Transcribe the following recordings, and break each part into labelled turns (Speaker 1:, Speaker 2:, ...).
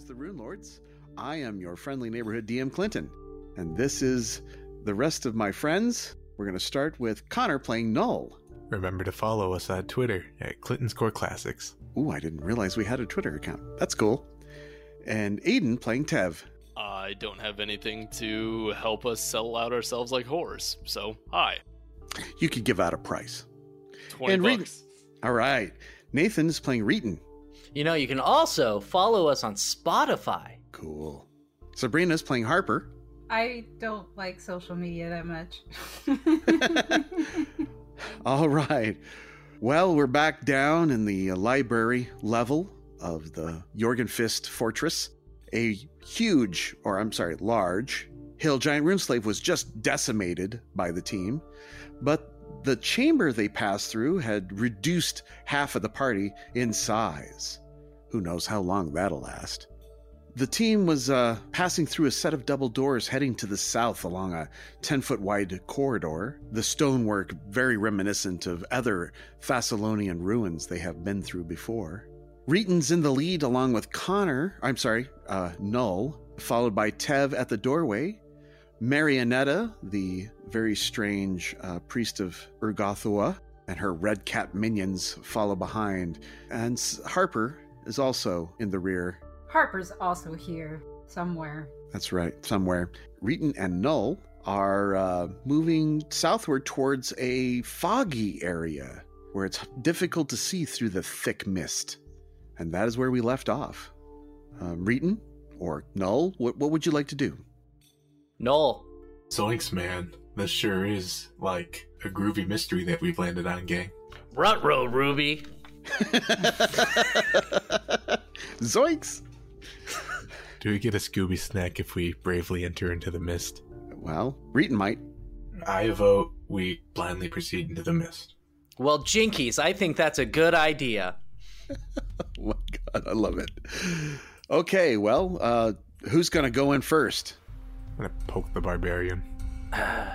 Speaker 1: Cowards. I am your friendly neighborhood DM Clinton, and this is the rest of my friends. We're going to start with Connor playing Null.
Speaker 2: Remember to follow us on Twitter at Clinton's Core Classics.
Speaker 1: Ooh, I didn't realize we had a Twitter account. That's cool. And Aiden playing Tev.
Speaker 3: I don't have anything to help us sell out ourselves like whores. So, hi.
Speaker 1: You could give out a price.
Speaker 3: 20
Speaker 1: And read-
Speaker 3: bucks.
Speaker 1: All right. Nathan is playing Reeton.
Speaker 4: You know, you can also follow us on Spotify.
Speaker 1: Cool. Sabrina's playing Harper.
Speaker 5: I don't like social media that much.
Speaker 1: All right. Well, we're back down in the uh, library level of the Jorgenfist Fortress. A huge, or I'm sorry, large hill giant runeslave was just decimated by the team, but the chamber they passed through had reduced half of the party in size. Who knows how long that'll last? The team was uh, passing through a set of double doors heading to the south along a 10 foot wide corridor, the stonework very reminiscent of other Thessalonian ruins they have been through before. Reeton's in the lead along with Connor, I'm sorry, uh, Null, followed by Tev at the doorway. Marionetta, the very strange uh, priest of Urgothua, and her red cap minions follow behind. And S- Harper is also in the rear
Speaker 5: Harper's also here somewhere.
Speaker 1: that's right, somewhere. Reeton and Null are uh, moving southward towards a foggy area where it's difficult to see through the thick mist. And that is where we left off. Um, Reeton or Null, what, what would you like to do?
Speaker 4: Noel,
Speaker 2: Zoinks, man. This sure is like a groovy mystery that we've landed on, gang.
Speaker 4: rut row, Ruby.
Speaker 1: Zoinks!
Speaker 2: Do we get a Scooby snack if we bravely enter into the mist?
Speaker 1: Well, Reeton might.
Speaker 2: I vote we blindly proceed into the mist.
Speaker 4: Well, Jinkies, I think that's a good idea.
Speaker 1: Oh my God, I love it. Okay, well, uh, who's going to go in first?
Speaker 2: I'm gonna poke the barbarian.
Speaker 4: Uh,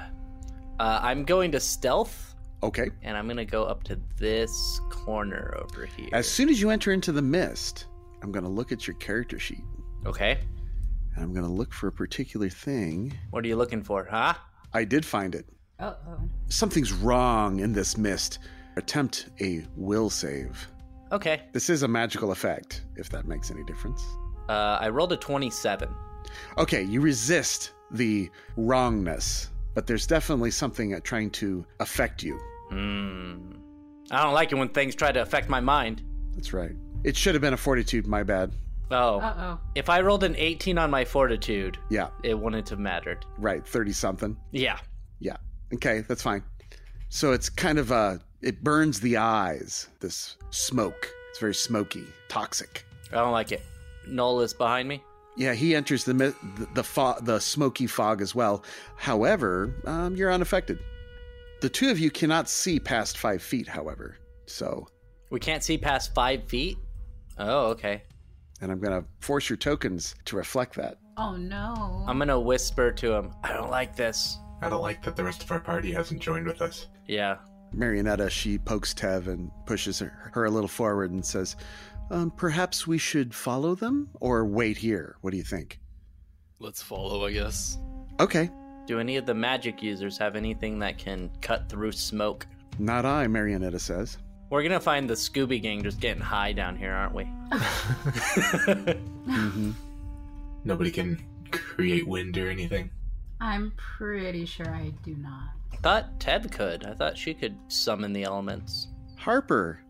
Speaker 4: I'm going to stealth,
Speaker 1: Okay.
Speaker 4: and I'm going to go up to this corner over here.
Speaker 1: As soon as you enter into the mist, I'm going to look at your character sheet.
Speaker 4: okay.
Speaker 1: and I'm going to look for a particular thing.
Speaker 4: What are you looking for, huh?
Speaker 1: I did find it.
Speaker 5: Uh oh.
Speaker 1: Something's wrong in this mist. Attempt a will save.
Speaker 4: Okay.
Speaker 1: This is a magical effect, if that makes any difference.
Speaker 4: Uh, I rolled a 27.
Speaker 1: Okay, you resist the wrongness, but there's definitely something uh, trying to affect you.
Speaker 4: Hmm. I don't like it when things try to affect my mind.
Speaker 1: That's right. It should have been a fortitude, my bad.
Speaker 4: Oh.
Speaker 5: Uh oh.
Speaker 4: if I rolled an 18 on my fortitude,
Speaker 1: Yeah,
Speaker 4: it wouldn't have mattered.
Speaker 1: right, 30 something.
Speaker 4: Yeah.
Speaker 1: Yeah. Okay, that's fine. So it's kind of uh it burns the eyes, this smoke. It's very smoky, toxic.
Speaker 4: I don't like it. Noel is behind me.
Speaker 1: Yeah, he enters the mi- the the, fog, the smoky fog as well. However, um, you're unaffected. The two of you cannot see past five feet, however. So,
Speaker 4: We can't see past five feet. Oh, okay.
Speaker 1: and I'm gonna force your tokens to reflect that.
Speaker 5: Oh no.
Speaker 4: I'm gonna whisper to him. I don't like this.
Speaker 2: I don't like that the rest of our party hasn't joined with us.
Speaker 4: Yeah.
Speaker 1: Marionetta she pokes Tev and pushes her, her a little forward and says, um, "Perhaps we should follow them or wait here. What do you think?"
Speaker 3: Let's follow, I guess.
Speaker 1: Okay,
Speaker 4: Do any of the magic users have anything that can cut through smoke?
Speaker 1: not I. Marionetta says.
Speaker 4: We're gonna find the Scooby Gang just getting high down here, aren't we?
Speaker 1: hmm
Speaker 2: Nobody can create wind or anything.
Speaker 5: I'm pretty sure I do not.
Speaker 4: I thought Tev could. I thought she could summon the elements.
Speaker 1: Harper,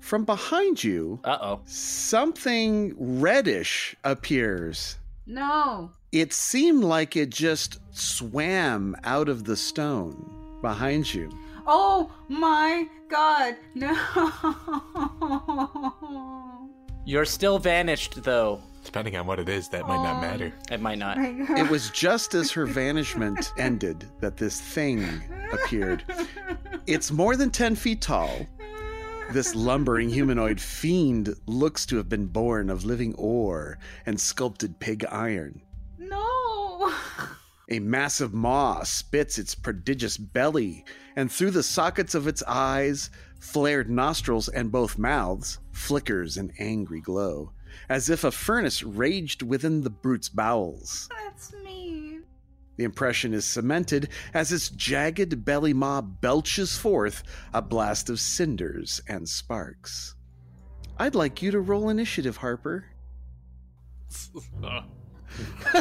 Speaker 1: from behind you,
Speaker 4: Uh oh.
Speaker 1: something reddish appears.
Speaker 5: No.
Speaker 1: It seemed like it just swam out of the stone behind you.
Speaker 5: Oh my god. No.
Speaker 4: You're still vanished, though.
Speaker 2: Depending on what it is, that might not
Speaker 1: Um,
Speaker 2: matter.
Speaker 4: It might not.
Speaker 5: My God.
Speaker 1: It was just as her vanishment ended that this thing appeared. It's more than 10 feet tall. This lumbering humanoid fiend looks to have been born of living ore and sculpted pig iron.
Speaker 5: No.
Speaker 1: A massive maw spits its prodigious belly, and through the sockets of its eyes, flared nostrils, and both mouths flickers an angry glow. as if a furnace raged within the brute's bowels.
Speaker 5: That's mean.
Speaker 1: The impression is cemented as its jagged belly maw belches forth a blast of cinders and sparks. I'd like you to roll initiative, Harper.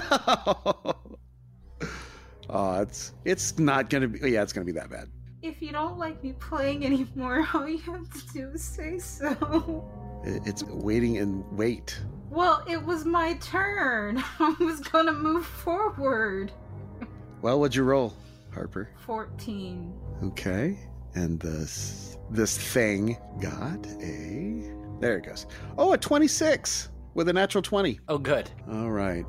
Speaker 3: Uh,
Speaker 1: oh, it's it's not gonna be. Yeah, it's gonna be that bad.
Speaker 5: If you don't like me playing anymore, all you have to do is say so.
Speaker 1: I- It's waiting and wait.
Speaker 5: Well, it was my turn. I was gonna move forward.
Speaker 1: Well, what'd you roll, Harper?
Speaker 5: 14.
Speaker 1: Okay, and this this thing got a. There it goes. Oh, a twenty-six with a natural twenty.
Speaker 4: Oh, good.
Speaker 1: All right,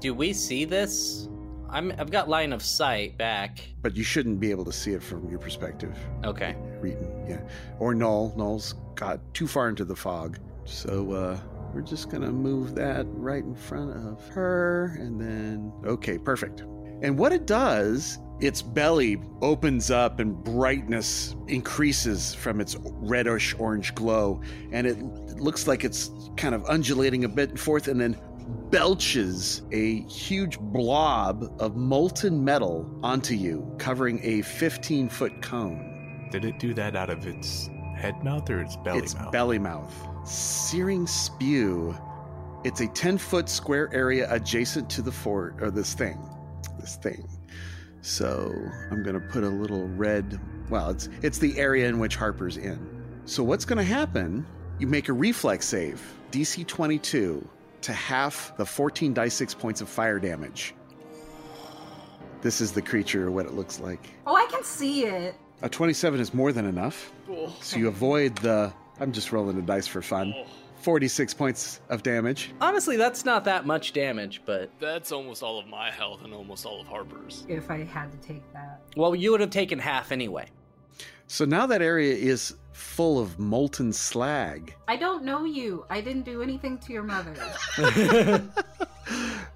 Speaker 4: Do we see this? I'm. I've got line of sight back.
Speaker 1: but you shouldn't be able to see it from your perspective,
Speaker 4: Okay.
Speaker 1: Reeton. Yeah, or Null. Null's got too far into the fog, so uh, we're just gonna move that right in front of her, and then okay, perfect. And what it does, its belly opens up and brightness increases from its reddish orange glow, and it it looks like it's kind of undulating a bit and forth, and then belches a huge blob of molten metal onto you, covering a 15 foot cone.
Speaker 2: Did it do that out of its head mouth or its belly
Speaker 1: it's
Speaker 2: mouth?
Speaker 1: belly mouth. Searing spew. It's a 10 foot square area adjacent to the fort, or this thing. This thing. So I'm going to put a little red. Well, it's, it's the area in which Harper's in. So what's going to happen? You make a reflex save, DC 22, to half the 14 die 6 points of fire damage. This is the creature, what it looks like.
Speaker 5: Oh, I can see it.
Speaker 1: A 27 is more than enough.
Speaker 3: oh,
Speaker 1: So you avoid the. I'm just rolling the dice for fun.
Speaker 3: oh,
Speaker 1: 46 points of damage.
Speaker 4: Honestly, that's not that much damage, but
Speaker 3: that's almost all of my health and almost all of Harper's.
Speaker 5: If I had to take that.
Speaker 4: well, you would have taken half anyway.
Speaker 1: So now that area is full of molten slag.
Speaker 5: I don't know you. I didn't do anything to your mother.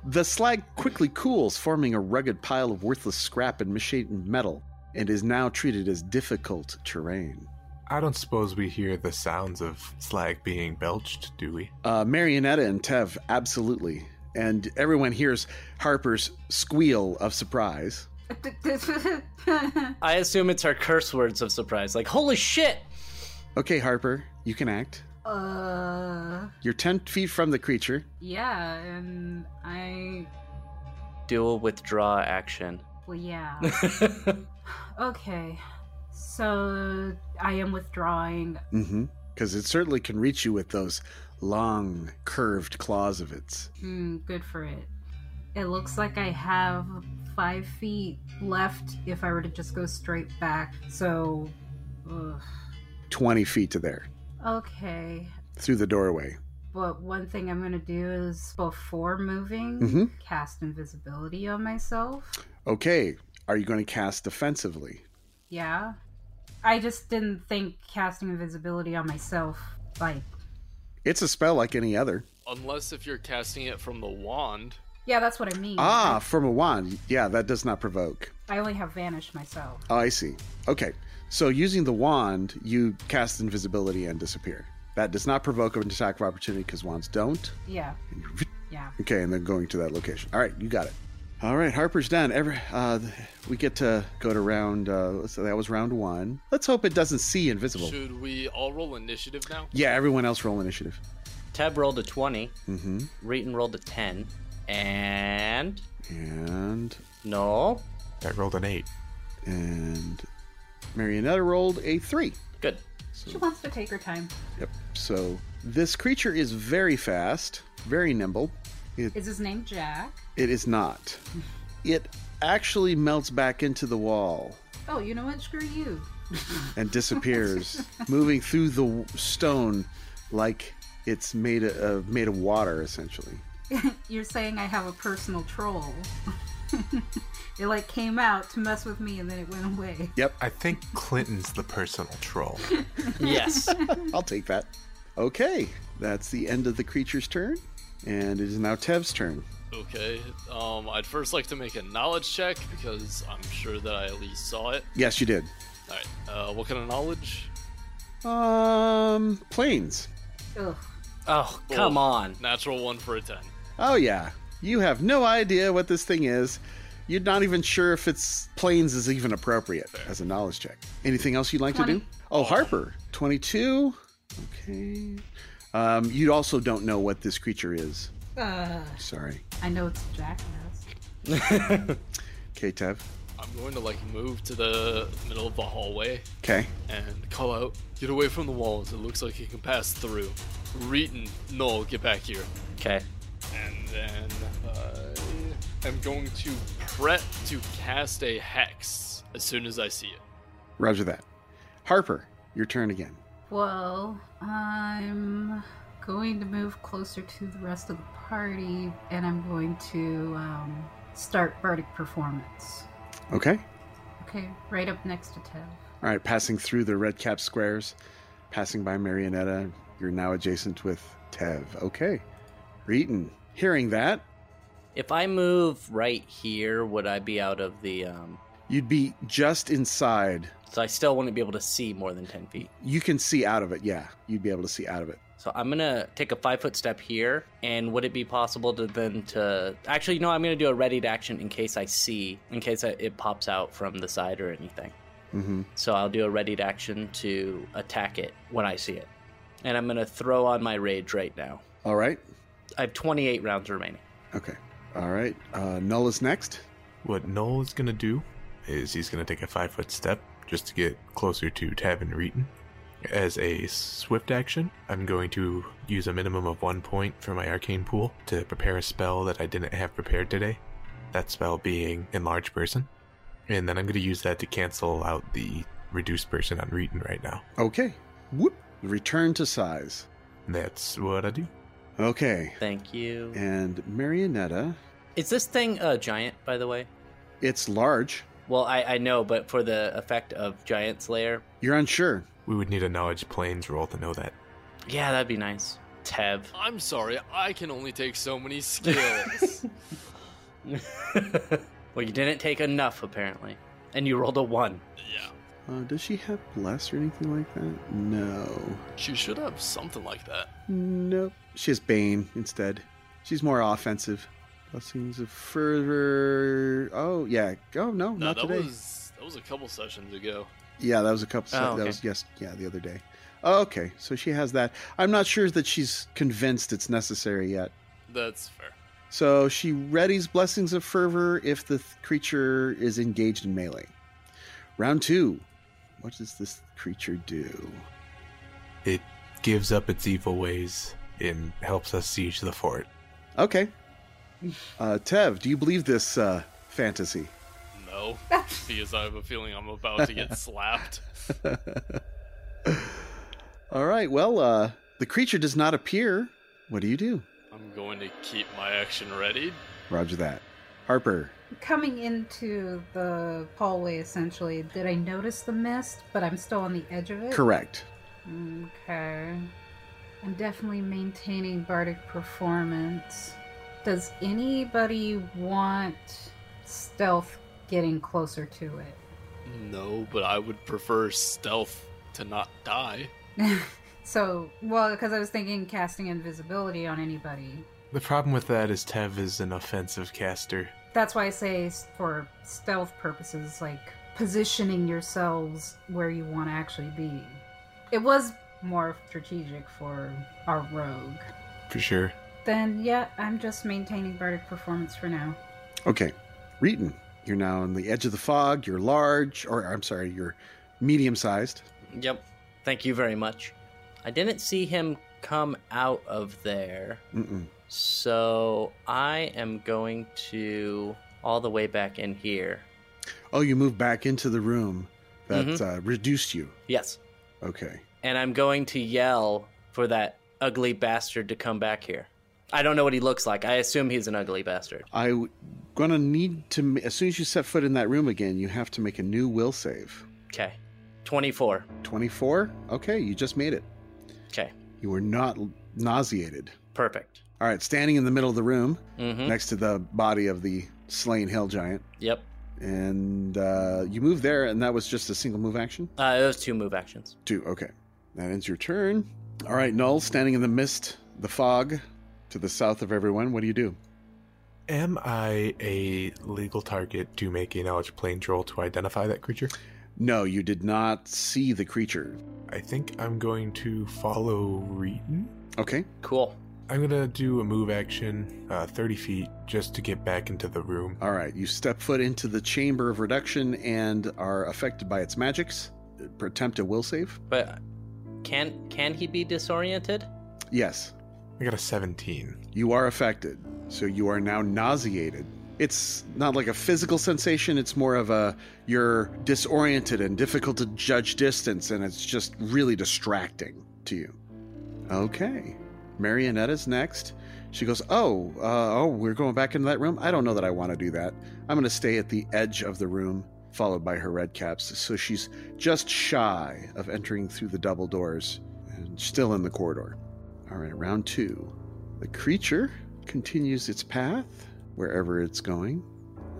Speaker 1: The slag quickly cools, forming a rugged pile of worthless scrap and misshapen metal, and is now treated as difficult terrain.
Speaker 2: I don't suppose we hear the sounds of slag being belched, do we?
Speaker 1: Uh, Marionetta and Tev, absolutely. And everyone hears Harper's squeal of surprise.
Speaker 4: I assume it's our curse words of surprise, like "Holy shit!"
Speaker 1: Okay, Harper, you can act.
Speaker 5: uh,
Speaker 1: You're 10 feet from the creature.
Speaker 5: yeah, and I.
Speaker 4: Do a withdraw action.
Speaker 5: Well, yeah. Okay, so I am withdrawing.
Speaker 1: Mm-hmm. Because it certainly can reach you with those long, curved claws of its.
Speaker 5: Mm, good for it. It looks like I have five feet left if I were to just go straight back. So, ugh.
Speaker 1: 20 feet to there,
Speaker 5: okay.
Speaker 1: through the doorway.
Speaker 5: But one thing I'm gonna do is before moving,
Speaker 1: Mhm.
Speaker 5: cast invisibility on myself.
Speaker 1: Okay, are you going to cast defensively?
Speaker 5: Yeah, I just didn't think casting invisibility on myself like.
Speaker 1: It's a spell like any other.
Speaker 3: Unless if you're casting it from the wand.
Speaker 5: Yeah, that's what I mean.
Speaker 1: Ah, from a wand. Yeah, that does not provoke.
Speaker 5: I only have vanish myself.
Speaker 1: Oh, I see. Okay, so using the wand, you cast invisibility and disappear. That does not provoke an attack of opportunity because wands don't.
Speaker 5: Yeah, yeah.
Speaker 1: Okay, and then going to that location. All right, you got it. All right, Harper's done. Every uh, th- we get to go to round. Uh, so that was round one. Let's hope it doesn't see invisible.
Speaker 3: Should we all roll initiative now?
Speaker 1: Yeah, everyone else roll initiative.
Speaker 4: Teb rolled a twenty.
Speaker 1: Mm-hmm.
Speaker 4: Reeton rolled a ten, and
Speaker 1: And
Speaker 4: no,
Speaker 2: I rolled an eight.
Speaker 1: and Marionetta rolled a three.
Speaker 4: good.
Speaker 5: She wants to take her time.
Speaker 1: Yep. So this creature is very fast, very nimble. It
Speaker 5: Is his name Jack?
Speaker 1: it is not. It actually melts back into the wall
Speaker 5: Oh, you know what? Screw you.
Speaker 1: and disappears, moving through the w- stone like it's made of made of water essentially.
Speaker 5: You're saying I have a personal troll. it like came out to mess with me and then it went away.
Speaker 2: I think Clinton's the personal troll.
Speaker 4: Yes.
Speaker 1: I'll take that. Okay, that's the end of the creature's turn, and it is now Tev's turn.
Speaker 3: Okay. Um, I'd first like to make a knowledge check because I'm sure that I at least saw it.
Speaker 1: Yes, you did.
Speaker 3: All right. Uh, what kind of knowledge?
Speaker 1: Um, planes.
Speaker 5: Ugh.
Speaker 4: Oh, come
Speaker 3: Oh.
Speaker 4: on.
Speaker 3: Natural one for a 10.
Speaker 1: Oh, yeah. You have no idea what this thing is. You're not even sure if it's planes is even appropriate as a knowledge check. Anything else you'd like to do?
Speaker 5: 20.
Speaker 1: Oh, Harper, 22. Okay. Um, you also don't know what this creature is.
Speaker 5: Uh,
Speaker 1: Sorry.
Speaker 5: I know it's a jackass.
Speaker 1: Okay, Tev.
Speaker 3: I'm going to like move to the middle of the hallway
Speaker 1: Okay.
Speaker 3: and call out, get away from the walls. It looks like it can pass through. Reeton, Noel, get back here.
Speaker 4: Okay.
Speaker 3: And then I am going to prep to cast a hex as soon as I see it.
Speaker 1: Roger that. Harper, your turn again.
Speaker 5: Well, I'm going to move closer to the rest of the party, and I'm going to um, start bardic performance.
Speaker 1: Okay.
Speaker 5: Okay, right up next to Tev.
Speaker 1: All right, passing through the red cap squares, passing by Marionetta, you're now adjacent with Tev. Okay. Reeton, hearing that,
Speaker 4: If I move right here, would I be out of the. Um,
Speaker 1: you'd be just inside.
Speaker 4: so I still wouldn't be able to see more than 10 feet.
Speaker 1: You can see out of it, yeah. You'd be able to see out of it.
Speaker 4: So I'm gonna take a five foot step here, and would it be possible to then to actually no? I'm gonna do a ready to action in case I see, in case I, it pops out from the side or anything.
Speaker 1: Mm-hmm.
Speaker 4: So I'll do a ready to action to attack it when I see it, and I'm gonna throw on my rage right now.
Speaker 1: All right.
Speaker 4: I have 28 rounds remaining.
Speaker 1: Okay. All right. Uh, Null is next.
Speaker 2: What Noel is gonna do is he's gonna take a five foot step just to get closer to Tavin Reeton. As a swift action, I'm going to use a minimum of one point for my arcane pool to prepare a spell that I didn't have prepared today. That spell being enlarge person. And then I'm gonna use that to cancel out the reduced person on Reeton right now.
Speaker 1: Okay. Whoop. Return to size.
Speaker 2: That's what I do.
Speaker 1: Okay.
Speaker 4: Thank you.
Speaker 1: And Marionetta,
Speaker 4: Is this thing a giant, by the way?
Speaker 1: it's large.
Speaker 4: Well, I, I know, but for the effect of giant slayer,
Speaker 1: You're unsure.
Speaker 2: We would need a knowledge planes roll to know that.
Speaker 4: yeah, that'd be nice. Tev.
Speaker 3: I'm sorry, I can only take so many skills.
Speaker 4: well, you didn't take enough, apparently. And you rolled a one.
Speaker 3: yeah.
Speaker 1: Uh, does she have bless or anything like that? No.
Speaker 3: She should have something like that.
Speaker 1: Nope. She has Bane instead. She's more offensive. Blessings of Fervor. Oh, yeah. Oh, no,
Speaker 3: No,
Speaker 1: not
Speaker 3: that
Speaker 1: today.
Speaker 3: was that was a couple sessions ago.
Speaker 1: Yeah, that was a couple.
Speaker 4: Oh,
Speaker 1: That
Speaker 4: okay.
Speaker 1: was, yes, yeah, the other day. Oh, okay, so she has that. I'm not sure that she's convinced it's necessary yet.
Speaker 3: That's fair.
Speaker 1: So she readies Blessings of Fervor if the th- creature is engaged in melee. Round two. What does this creature do?
Speaker 2: It gives up its evil ways and helps us siege the fort.
Speaker 1: Okay. Uh, Tev, do you believe this uh, fantasy?
Speaker 3: No, because I have a feeling I'm about to get slapped.
Speaker 1: All right. Well, uh, the creature does not appear. What do you do?
Speaker 3: I'm going to keep my action ready.
Speaker 1: Roger that. Harper.
Speaker 5: Coming into the hallway, essentially, did I notice the mist? But I'm still on the edge of it.
Speaker 1: Correct.
Speaker 5: Okay. I'm definitely maintaining bardic performance. Does anybody want stealth getting closer to
Speaker 3: No, but I would prefer stealth to not die.
Speaker 5: it? so, well, because I was thinking casting invisibility on anybody.
Speaker 2: The problem with that is Tev is an offensive caster.
Speaker 5: That's why I say s- for stealth purposes, like positioning yourselves where you want to actually be. It was more strategic for our rogue.
Speaker 2: For sure.
Speaker 5: Then, yeah, I'm just maintaining bardic performance for now.
Speaker 1: Okay. Reeton, you're now on the edge of the fog. You're large, or I'm sorry, you're medium sized.
Speaker 4: Yep. Thank you very much. I didn't see him come out of there,
Speaker 1: Mm-mm.
Speaker 4: so I am going to all the way back in here.
Speaker 1: Oh, you moved back into the room that uh, reduced you.
Speaker 4: Yes.
Speaker 1: Okay.
Speaker 4: And I'm going to yell for that ugly bastard to come back here. I don't know what he looks like. I assume he's an ugly bastard.
Speaker 1: I'm going to need to, ma- as soon as you set foot in that room again, you have to make a new will save.
Speaker 4: Okay. 24.
Speaker 1: 24? Okay, you just made it.
Speaker 4: Okay.
Speaker 1: You were not l- nauseated.
Speaker 4: Perfect.
Speaker 1: All right, standing in the middle of the room
Speaker 4: Mm-hmm.
Speaker 1: next to the body of the slain hell giant.
Speaker 4: Yep.
Speaker 1: And uh, you move there, and that was just a single move action?
Speaker 4: Uh, those two move actions.
Speaker 1: Two. Okay. That ends your turn. All right, Null, standing in the mist The fog to the south of everyone. What do you do?
Speaker 2: Am I a legal target to make a knowledge plane roll to identify that creature?
Speaker 1: No, you did not see the creature.
Speaker 2: I think I'm going to follow Reeton.
Speaker 1: Okay.
Speaker 4: Cool.
Speaker 2: I'm gonna do a move action, uh, 30 feet, just to get back into the room.
Speaker 1: All right. You step foot into the chamber of reduction and are affected by its magics. Attempt a will save.
Speaker 4: But can can he be disoriented?
Speaker 1: Yes.
Speaker 2: I got a 17.
Speaker 1: You are affected, so you are now nauseated. It's not like a physical sensation, it's more of a you're disoriented and difficult to judge distance, and it's just really distracting to you. Okay. Marionetta's next. She goes, Oh, uh, oh, we're going back into that room? I don't know that I want to do that. I'm going to stay at the edge of the room, followed by her red caps. So she's just shy of entering through the double doors and still in the corridor. All right, round two. The creature continues its path wherever it's going.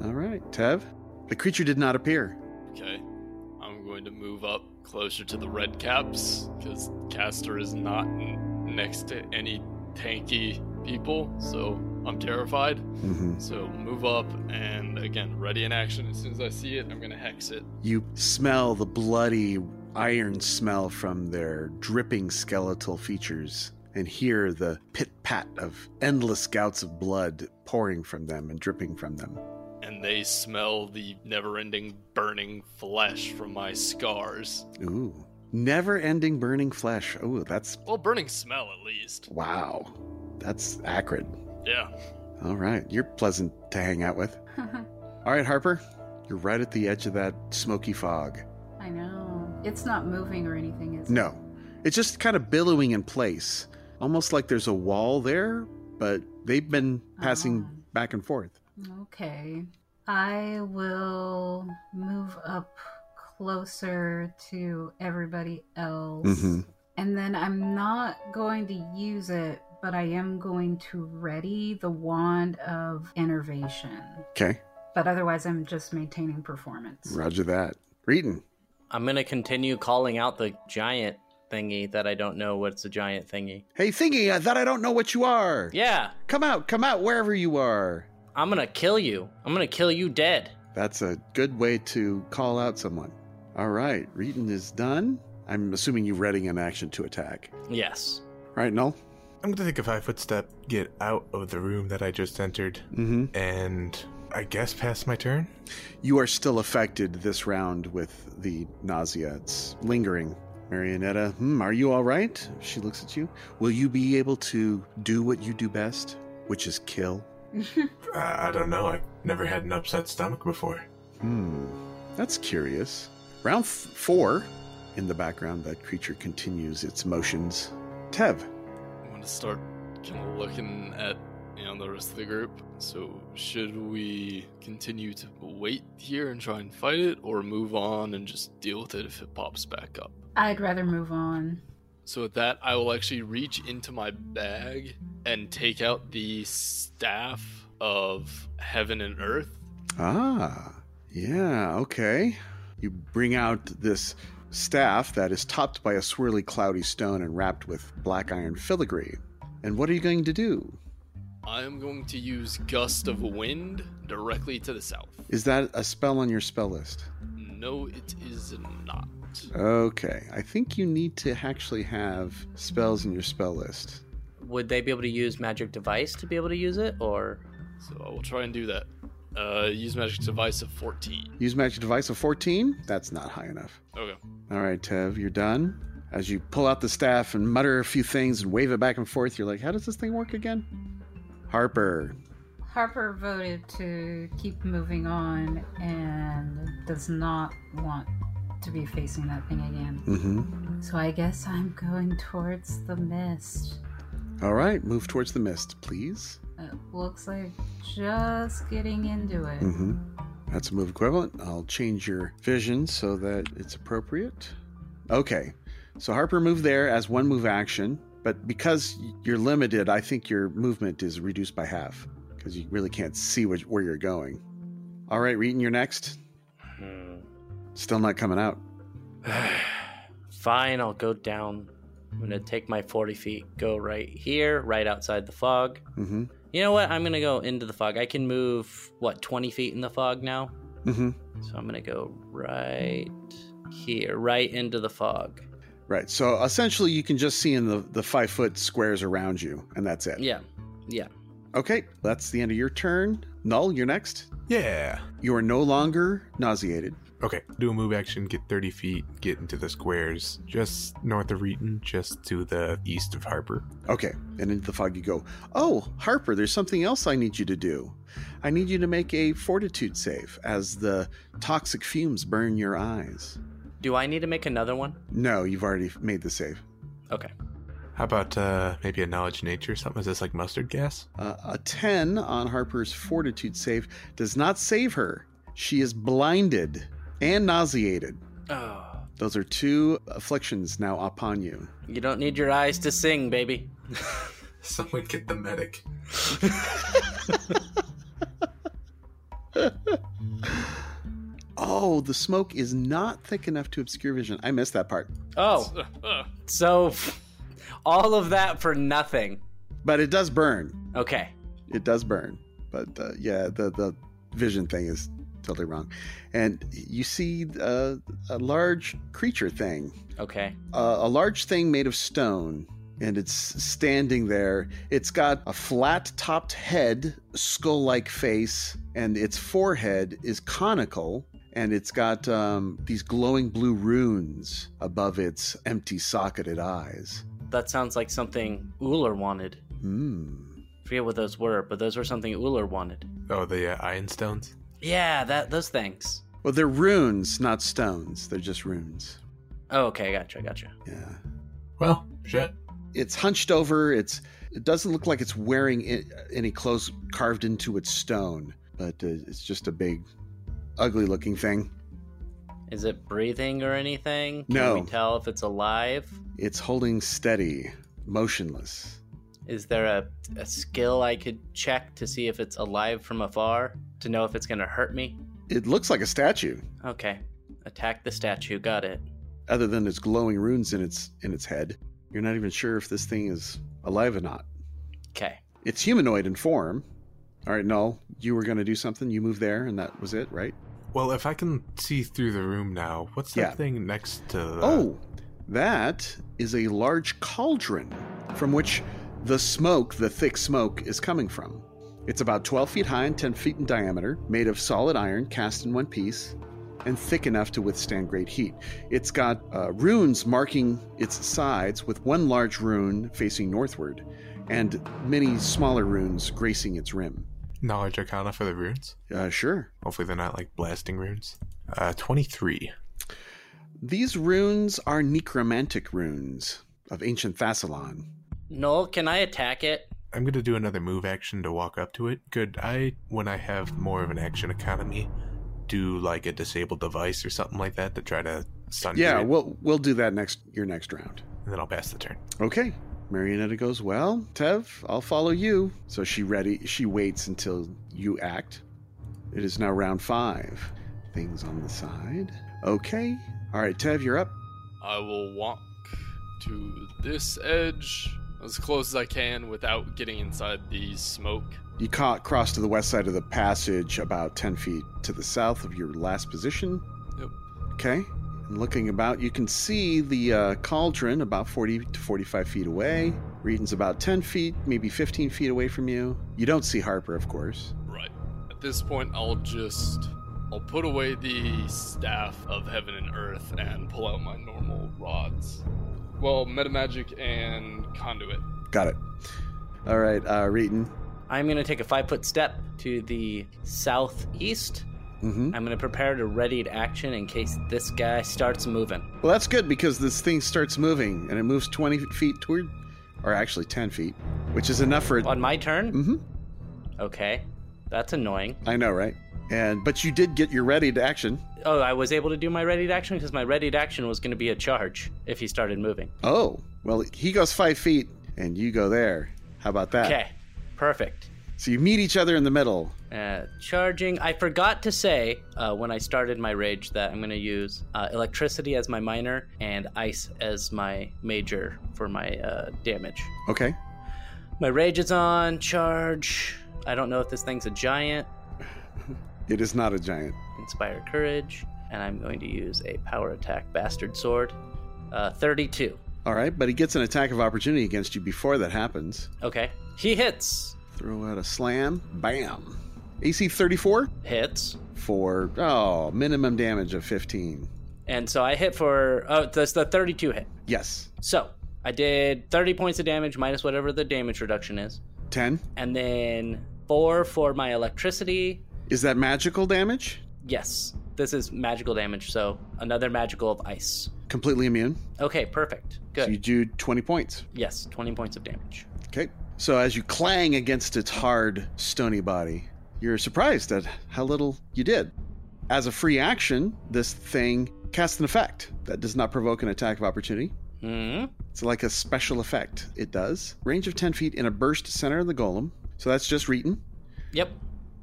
Speaker 1: All right, Tev. The creature did not appear.
Speaker 3: Okay. I'm going to move up closer to the red caps because Castor is not n- next to any tanky people, so I'm terrified.
Speaker 1: Mm-hmm.
Speaker 3: So move up and again, ready in action. As soon as I see it, I'm going to hex it.
Speaker 1: You smell the bloody iron smell from their dripping skeletal features and hear the pit pat of endless gouts of blood pouring from them and dripping from them.
Speaker 3: And they smell the never ending burning flesh from my scars.
Speaker 1: Ooh. Never ending burning flesh. Ooh, that's
Speaker 3: Well, burning smell at least.
Speaker 1: wow. That's acrid.
Speaker 3: Yeah.
Speaker 1: All right. You're pleasant to hang out with. All right, Harper. You're right at the edge of that smoky fog.
Speaker 5: I know. It's not moving or anything, is it?
Speaker 1: No. It's just kind of billowing in place, almost like there's a wall there, but they've been passing
Speaker 5: Ah.
Speaker 1: back and forth.
Speaker 5: Okay. I will move up closer to everybody else.
Speaker 1: Mhm.
Speaker 5: And then I'm not going to use it, but I am going to ready the wand of innervation.
Speaker 1: Okay.
Speaker 5: But otherwise, I'm just maintaining performance.
Speaker 1: Roger that. Reeton.
Speaker 4: I'm gonna continue calling out the giant thingy that I don't know what's a giant thingy.
Speaker 1: Hey, thingy, I thought I don't know what you are.
Speaker 4: Yeah,
Speaker 1: Come out, come out, wherever you are.
Speaker 4: I'm gonna kill you. I'm gonna kill you dead.
Speaker 1: That's a good way to call out someone. All right, Reeton is done. I'm assuming you're readying an action to attack.
Speaker 4: Yes.
Speaker 1: All right, Null?
Speaker 2: I'm gonna take a five foot step, get out of the room that I just entered,
Speaker 1: Mm-hmm.
Speaker 2: and I guess pass my turn.
Speaker 1: You are still affected this round with the nausea. It's lingering. Marionetta, hmm, are you all right? She looks at you. Will you be able to do what you do best, which is kill?
Speaker 2: Uh, I don't know, I've never had an upset stomach before.
Speaker 1: Hmm, that's curious. Round f- four. In the background, that creature continues its motions. Tev,
Speaker 3: I'm going to start kind of looking at you know the rest of the group. So should we continue to wait here and try and fight it, or move on and just deal with it if it pops back up?
Speaker 5: I'd rather move on.
Speaker 3: So with that, I will actually reach into my bag and take out the staff of heaven and earth.
Speaker 1: Ah, yeah, okay. You bring out this staff that is topped by a swirly, cloudy stone and wrapped with black iron filigree. And what are you going to do?
Speaker 3: I am going to use gust of wind directly to the south.
Speaker 1: Is that a spell on your spell list?
Speaker 3: No, it is not.
Speaker 1: Okay, I think you need to actually have spells in your spell list.
Speaker 4: Would they be able to use magic device to be able to use it, or
Speaker 3: So I will try and do that. Uh, use magic device of 14.
Speaker 1: Use magic device of 14? That's not high enough.
Speaker 3: Okay.
Speaker 1: All right, Tev, you're done. As you pull out the staff and mutter a few things and wave it back and forth, you're like, how does this thing work again? Harper,
Speaker 5: Harper voted to keep moving on and does not want to be facing that thing again.
Speaker 1: Mm-hmm.
Speaker 5: So I guess I'm going towards the mist.
Speaker 1: All right, move towards the mist, please.
Speaker 5: It looks like just getting into it.
Speaker 1: Mm-hmm. That's a move equivalent. I'll change your vision so that it's appropriate. Okay, so Harper moved there as one move action, but because you're limited, I think your movement is reduced by half because you really can't see which, where you're going. All right, Reeton, you're next.
Speaker 4: Hmm,
Speaker 1: Still not coming out.
Speaker 4: fine? I'll go down I'm gonna take my 40 feet, go right here, right outside the fog.
Speaker 1: Mm-hmm.
Speaker 4: You know what? I'm gonna go into the fog. I can move what 20 feet in the fog now.
Speaker 1: Mm-hmm.
Speaker 4: So I'm gonna go right here, right into the fog.
Speaker 1: Right. So essentially, you can just see in the, the five foot squares around you, and that's it.
Speaker 4: Yeah, yeah.
Speaker 1: Okay, that's the end of your turn. Null, you're next.
Speaker 2: Yeah.
Speaker 1: You are no longer nauseated.
Speaker 2: Okay, do a move action, get 30 feet, get into the squares just north of Reeton, just to the east of Harper.
Speaker 1: Okay, and into the fog you go. Oh, Harper, there's something else I need you to do. I need you to make a fortitude save as the toxic fumes burn your eyes.
Speaker 4: Do I need to make another one?
Speaker 1: No, you've already made the save.
Speaker 4: Okay.
Speaker 2: How about uh, maybe a knowledge nature or something? Is this like mustard gas?
Speaker 1: Uh, a 10 on Harper's fortitude save does not save her. She is blinded and nauseated.
Speaker 4: Oh,
Speaker 1: Those are two afflictions now upon you.
Speaker 4: you don't need your eyes to sing, baby.
Speaker 2: Someone get the medic.
Speaker 1: Oh, the smoke is not thick enough to obscure vision. I missed that part.
Speaker 4: Oh, so all of that for nothing.
Speaker 1: But it does burn.
Speaker 4: Okay.
Speaker 1: It does burn. But uh, yeah, the, the vision thing is totally wrong. And you see uh, a large creature thing
Speaker 4: Okay.
Speaker 1: uh, a large thing made of stone and it's standing there. It's got a flat topped head, skull like face, and its forehead is conical. And it's got um, these glowing blue runes above its empty socketed eyes.
Speaker 4: That sounds like something Uller wanted.
Speaker 1: Hmm.
Speaker 4: forget what those were, but those were something Uller wanted.
Speaker 2: Oh, the uh, iron stones?
Speaker 4: Yeah, that those things.
Speaker 1: Well, they're runes, not stones. They're just runes.
Speaker 4: Oh, okay, gotcha, gotcha.
Speaker 1: Yeah.
Speaker 2: Well, shit.
Speaker 1: It's hunched over. It's it doesn't look like it's wearing i any clothes carved into its stone, but uh, it's just a big, ugly looking thing.
Speaker 4: Is it breathing or anything? Can
Speaker 1: No.
Speaker 4: we tell if it's alive?
Speaker 1: It's holding steady, motionless.
Speaker 4: Is there a, a skill I could check to see if it's alive from afar? To know if it's gonna hurt me?
Speaker 1: It looks like a statue,
Speaker 4: Okay. Attack the statue, got it.
Speaker 1: other than its glowing runes in its in its head. You're not even sure if this thing is alive or not.
Speaker 4: Okay.
Speaker 1: It's humanoid in form. All right, Null, you were going to do something. You moved there, and that was it, right?
Speaker 2: Well, if I can see through the room now, what's that
Speaker 1: Yeah.
Speaker 2: thing next to the.
Speaker 1: Oh, that is a large cauldron from which the smoke, the thick smoke, is coming from. It's about 12 feet high and 10 feet in diameter, made of solid iron cast in one piece, and thick enough to withstand great heat. It's got uh, runes marking its sides, with one large rune facing northward, and many smaller runes gracing its rim.
Speaker 2: Knowledge arcana for the runes?
Speaker 1: Uh, sure.
Speaker 2: Hopefully they're not like blasting runes. Uh, 23.
Speaker 1: These runes are necromantic runes of ancient Thassalon.
Speaker 4: Noel, can I attack it?
Speaker 2: I'm going to do another move action to walk up to it. Could I, when I have more of an action economy, do like a disabled device or something like that to try to stun
Speaker 1: Yeah,
Speaker 2: it?
Speaker 1: we'll we'll do that next your next round.
Speaker 2: and then I'll pass the turn.
Speaker 1: Okay. Marionetta goes, Well, Tev, I'll follow you. So she ready she waits until you act. It is now round five. Things on the side. Okay. Alright, Tev, you're up.
Speaker 3: I will walk to this edge as close as I can without getting inside the smoke.
Speaker 1: You caught cross to the west side of the passage about ten feet to the south of your last position.
Speaker 3: Yep.
Speaker 1: Okay. And looking about, you can see the uh, cauldron about 40 to 45 feet away. Reedon's about 10 feet, maybe 15 feet away from you. You don't see Harper, of course.
Speaker 3: Right. At this point, I'll just I'll put away the staff of heaven and earth and pull out my normal rods. Well, metamagic and conduit.
Speaker 1: Got it. All right, uh, Reedon.
Speaker 4: I'm gonna take a five foot step to the southeast.
Speaker 1: hmm
Speaker 4: I'm gonna prepare to ready to action in case this guy starts moving.
Speaker 1: Well, that's good because this thing starts moving and it moves 20 feet toward, or actually 10 feet, which is enough for it.
Speaker 4: On my turn?
Speaker 1: hmm
Speaker 4: Okay. That's annoying.
Speaker 1: I know, right? And but you did get your ready to action.
Speaker 4: Oh, I was able to do my ready to action because my ready to action was going to be a charge if he started moving.
Speaker 1: Oh, well, he goes five feet and you go there. How about that?
Speaker 4: Okay, perfect.
Speaker 1: So you meet each other in the middle.
Speaker 4: Uh, charging. I forgot to say uh, when I started my rage that I'm going to use uh, electricity as my minor and ice as my major for my uh, damage.
Speaker 1: Okay.
Speaker 4: My rage is on. Charge. I don't know if this thing's a giant.
Speaker 1: It is not a giant.
Speaker 4: Inspire courage. And I'm going to use a power attack bastard sword. Uh, 32.
Speaker 1: All right, but he gets an attack of opportunity against you before that happens.
Speaker 4: Okay. He hits.
Speaker 1: Throw out a slam. Bam. AC 34
Speaker 4: Hits.
Speaker 1: for, oh, minimum damage of 15.
Speaker 4: And so I hit for. Oh, that's the 32 hit.
Speaker 1: Yes.
Speaker 4: So I did 30 points of damage minus whatever the damage reduction is.
Speaker 1: 10.
Speaker 4: And then four for my electricity.
Speaker 1: Is that magical damage?
Speaker 4: Yes, this is magical damage. So another magical of ice.
Speaker 1: Completely immune.
Speaker 4: Okay, perfect. Good.
Speaker 1: So you do 20 points.
Speaker 4: yes, 20 points of damage.
Speaker 1: Okay. So as you clang against its hard, stony body, you're surprised at how little you did. As a free action, this thing casts an effect that does not provoke an attack of opportunity.
Speaker 4: Hmm.
Speaker 1: It's like a special effect. It does. Range of 10 feet in a burst center of the golem. So that's just Reeton.
Speaker 4: Yep.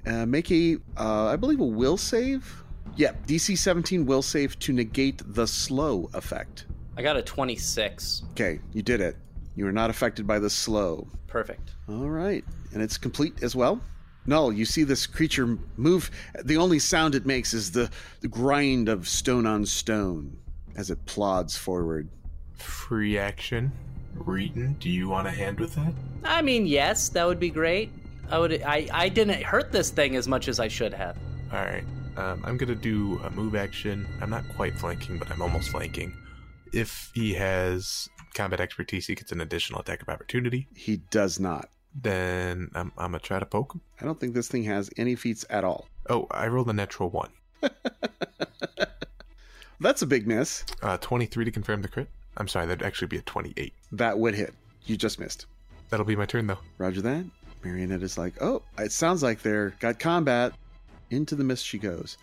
Speaker 1: Uh, make a, uh, I believe, a will save. Yep, DC 17 will save to negate the slow effect.
Speaker 4: I got a 26.
Speaker 1: Okay, you did it. You are not affected by the slow.
Speaker 4: Perfect.
Speaker 1: All right, and it's complete as well. Null, you see this creature move. The only sound it makes is the, the grind of stone on stone as it plods forward.
Speaker 2: Free action. Reeton, do you want a hand with that?
Speaker 4: I mean, yes, that would be great. I would. I. I didn't hurt this thing as much as I should have.
Speaker 2: All right. Um, I'm gonna do a move action. I'm not quite flanking, but I'm almost flanking. If he has combat expertise, he gets an additional attack of opportunity.
Speaker 1: He does not.
Speaker 2: Then I'm, I'm gonna try to poke him.
Speaker 1: I don't think this thing has any feats at all.
Speaker 2: Oh, I rolled a natural one.
Speaker 1: That's a big miss.
Speaker 2: Uh, 23 to confirm the crit. I'm sorry, that'd actually be a 28.
Speaker 1: That would hit. You just missed.
Speaker 2: That'll be my turn though.
Speaker 1: Roger that. Marionette is like, oh, it sounds like they're got combat. Into the mist she goes.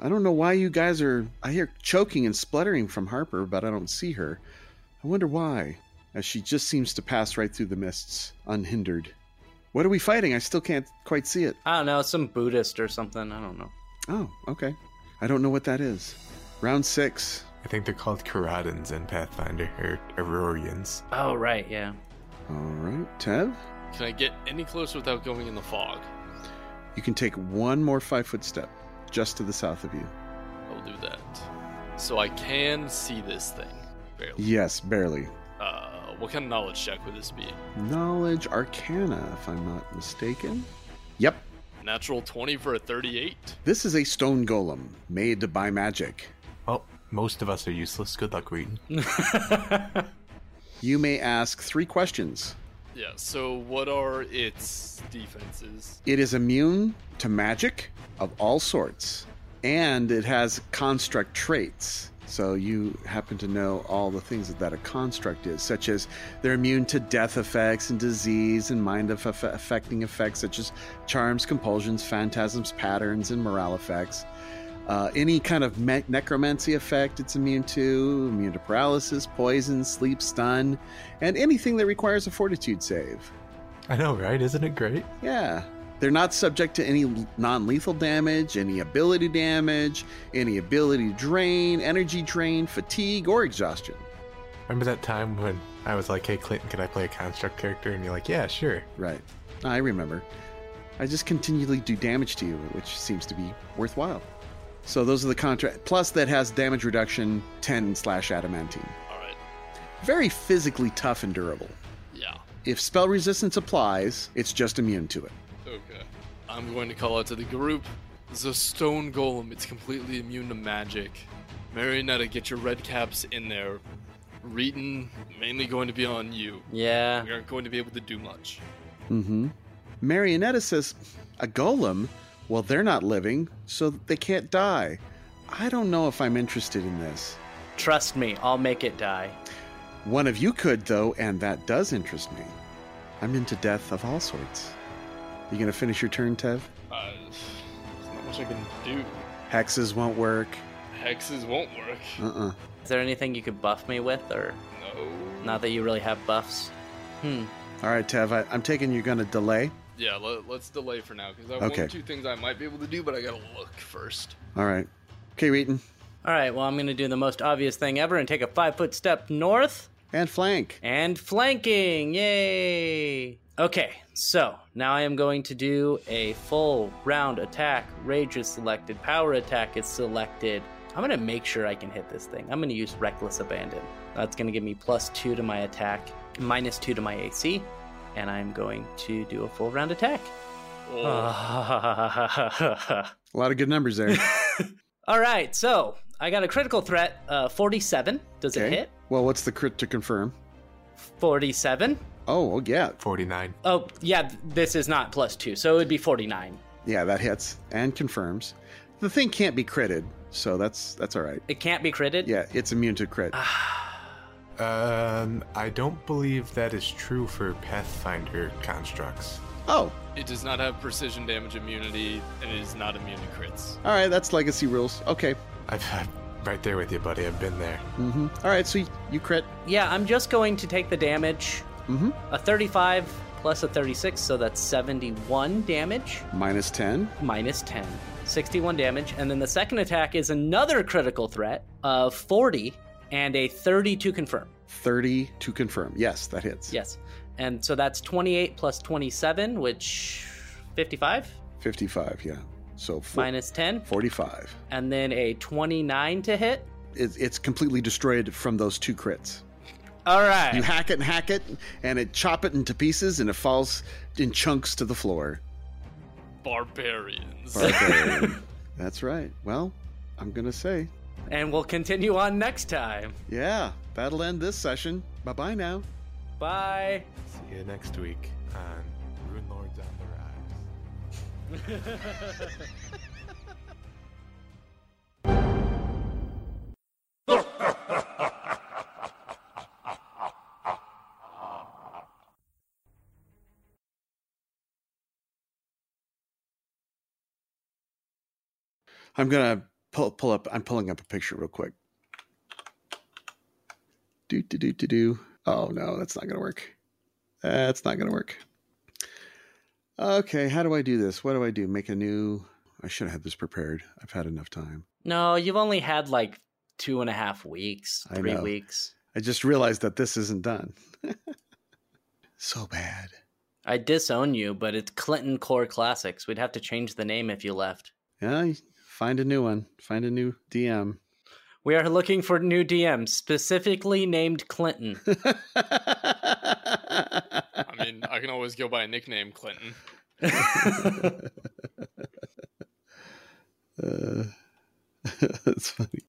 Speaker 1: I don't know why you guys are. I hear choking and spluttering from Harper, but I don't see her. I wonder why, as she just seems to pass right through the mists, unhindered. What are we fighting? I still can't quite see it.
Speaker 4: I don't know, some Buddhist or something. I don't know.
Speaker 1: Oh, okay. I don't know what that is. Round six.
Speaker 2: I think they're called Karadans in Pathfinder, or Aurorians.
Speaker 4: Oh right, yeah.
Speaker 1: All right, Tev.
Speaker 3: Can I get any closer without going in the fog?
Speaker 1: You can take one more five foot step just to the south of you.
Speaker 3: I'll do that. So I can see this thing. Barely.
Speaker 1: Yes, barely.
Speaker 3: Uh, what kind of knowledge check would this be?
Speaker 1: Knowledge Arcana, if I'm not mistaken. Yep.
Speaker 3: Natural 20 for a 38?
Speaker 1: This is a stone golem made by magic.
Speaker 2: Well, most of us are useless. Good luck, Reeton.
Speaker 1: You may ask three questions.
Speaker 3: Yeah, so what are its defenses?
Speaker 1: It is immune to magic of all sorts, and it has construct traits. So you happen to know all the things that a construct is, such as they're immune to death effects and disease and mind aff- affecting effects, such as charms, compulsions, phantasms, patterns, and morale effects. Uh, any kind of me- necromancy effect it's immune to, immune to paralysis, poison, sleep, stun, and anything that requires a fortitude save.
Speaker 2: I know, right? Isn't it great?
Speaker 1: Yeah. They're not subject to any non lethal damage, any ability damage, any ability drain, energy drain, fatigue, or exhaustion.
Speaker 2: Remember that time when I was like, hey, Clinton, can I play a construct character? And you're like, yeah, sure.
Speaker 1: Right. I remember. I just continually do damage to you, which seems to be worthwhile. So those are the contract. Plus, that has damage reduction 10 slash adamantine.
Speaker 3: Alright,
Speaker 1: Very physically tough and durable.
Speaker 3: yeah,
Speaker 1: If spell resistance applies, it's just immune to it.
Speaker 3: okay. I'm going to call out to the group. There's a stone golem, it's completely immune to magic. Marionetta, get your red caps in there. Reeton, mainly going to be on you.
Speaker 4: yeah.
Speaker 3: We aren't going to be able to do much.
Speaker 1: Mm-hmm. Marionetta says, a golem? Well, they're not living, so they can't die. I don't know if I'm interested in this.
Speaker 4: Trust me, I'll make it die.
Speaker 1: One of you could, though, and that does interest me. I'm into death of all sorts. You gonna finish your turn, Tev?
Speaker 3: Uh, there's not much I can do.
Speaker 1: Hexes won't work.
Speaker 3: Hexes won't work.
Speaker 1: Uh-uh.
Speaker 4: Is there anything you could buff me with, or
Speaker 3: No.
Speaker 4: not that you really have buffs? Hmm.
Speaker 1: All right, Tev, I, I'm taking you're gonna delay.
Speaker 3: Yeah, let, let's delay for now because I
Speaker 1: Okay.
Speaker 3: want two things I might be able to do, but I gotta look first.
Speaker 1: All right. Okay, Wheaton.
Speaker 4: All right, well, I'm going to do the most obvious thing ever and take a five foot step north
Speaker 1: And flank.
Speaker 4: and flanking. Yay! Okay, so now I am going to do a full round attack. Rage is selected, power attack is selected. I'm going to make sure I can hit this thing. I'm going to use Reckless Abandon. That's going to give me plus two to my attack, minus two to my AC, and I'm going to do a full round attack.
Speaker 3: Oh,
Speaker 1: A lot of good numbers there.
Speaker 4: All right, so I got a critical threat, uh, 47. Does it hit?
Speaker 1: Well, what's the crit to confirm?
Speaker 4: 47.
Speaker 1: Oh, well, yeah.
Speaker 2: 49.
Speaker 4: Oh, yeah, th- this is not plus two, so it would be 49.
Speaker 1: Yeah, that hits and confirms. The thing can't be critted, so that's that's all right.
Speaker 4: It can't be critted?
Speaker 1: Yeah, it's immune to crit.
Speaker 4: Ah.
Speaker 2: Um, I don't believe that is true for Pathfinder constructs.
Speaker 1: Oh,
Speaker 3: It does not have precision damage immunity, and it is not immune to crits.
Speaker 1: all right, that's legacy rules. Okay.
Speaker 2: I've, I'm right there with you, buddy. I've been there.
Speaker 1: Mm-hmm. All right, so you, you crit.
Speaker 4: Yeah, I'm just going to take the damage.
Speaker 1: Mm-hmm.
Speaker 4: A 35 plus a 36, so that's 71 damage,
Speaker 1: Minus 10.
Speaker 4: minus 10. 61 damage. And then the second attack is another critical threat of 40 and a 32 confirm.
Speaker 1: 30 to confirm. Yes, that hits.
Speaker 4: Yes. And so that's 28 plus 27, which 55
Speaker 1: 55, yeah. So four,
Speaker 4: minus 10.
Speaker 1: 45.
Speaker 4: And then a 29 to hit.
Speaker 1: It, it's completely destroyed from those two crits.
Speaker 4: All right.
Speaker 1: You hack it and hack it, and it chop it into pieces, and it falls in chunks to the floor.
Speaker 3: Barbarians.
Speaker 1: Barbarian. That's right. Well, I'm going to say,
Speaker 4: and we'll continue on next time.
Speaker 1: yeah, that'll end this session. Bye bye now.
Speaker 4: Bye.
Speaker 2: See you next week on Rune Lords on the Rise.
Speaker 1: I'm going to pull, pull up, I'm pulling up a picture real quick. Do, do, do, do, do. Oh, no, that's not going to work. That's not going to work. Okay, how do I do this? What do I do? Make a new. I should have had this prepared. I've had enough time.
Speaker 4: No, you've only had like two and a half weeks,
Speaker 1: I
Speaker 4: three
Speaker 1: know.
Speaker 4: weeks.
Speaker 1: I just realized that this isn't done. so bad.
Speaker 4: I disown you, but it's Clinton Core Classics. We'd have to change the name if you left.
Speaker 1: Yeah, you- find a new one. Find a new DM.
Speaker 4: We are looking for new DMs, specifically named Clinton.
Speaker 3: I mean, I can always go by a nickname, Clinton.
Speaker 1: Uh, that's funny.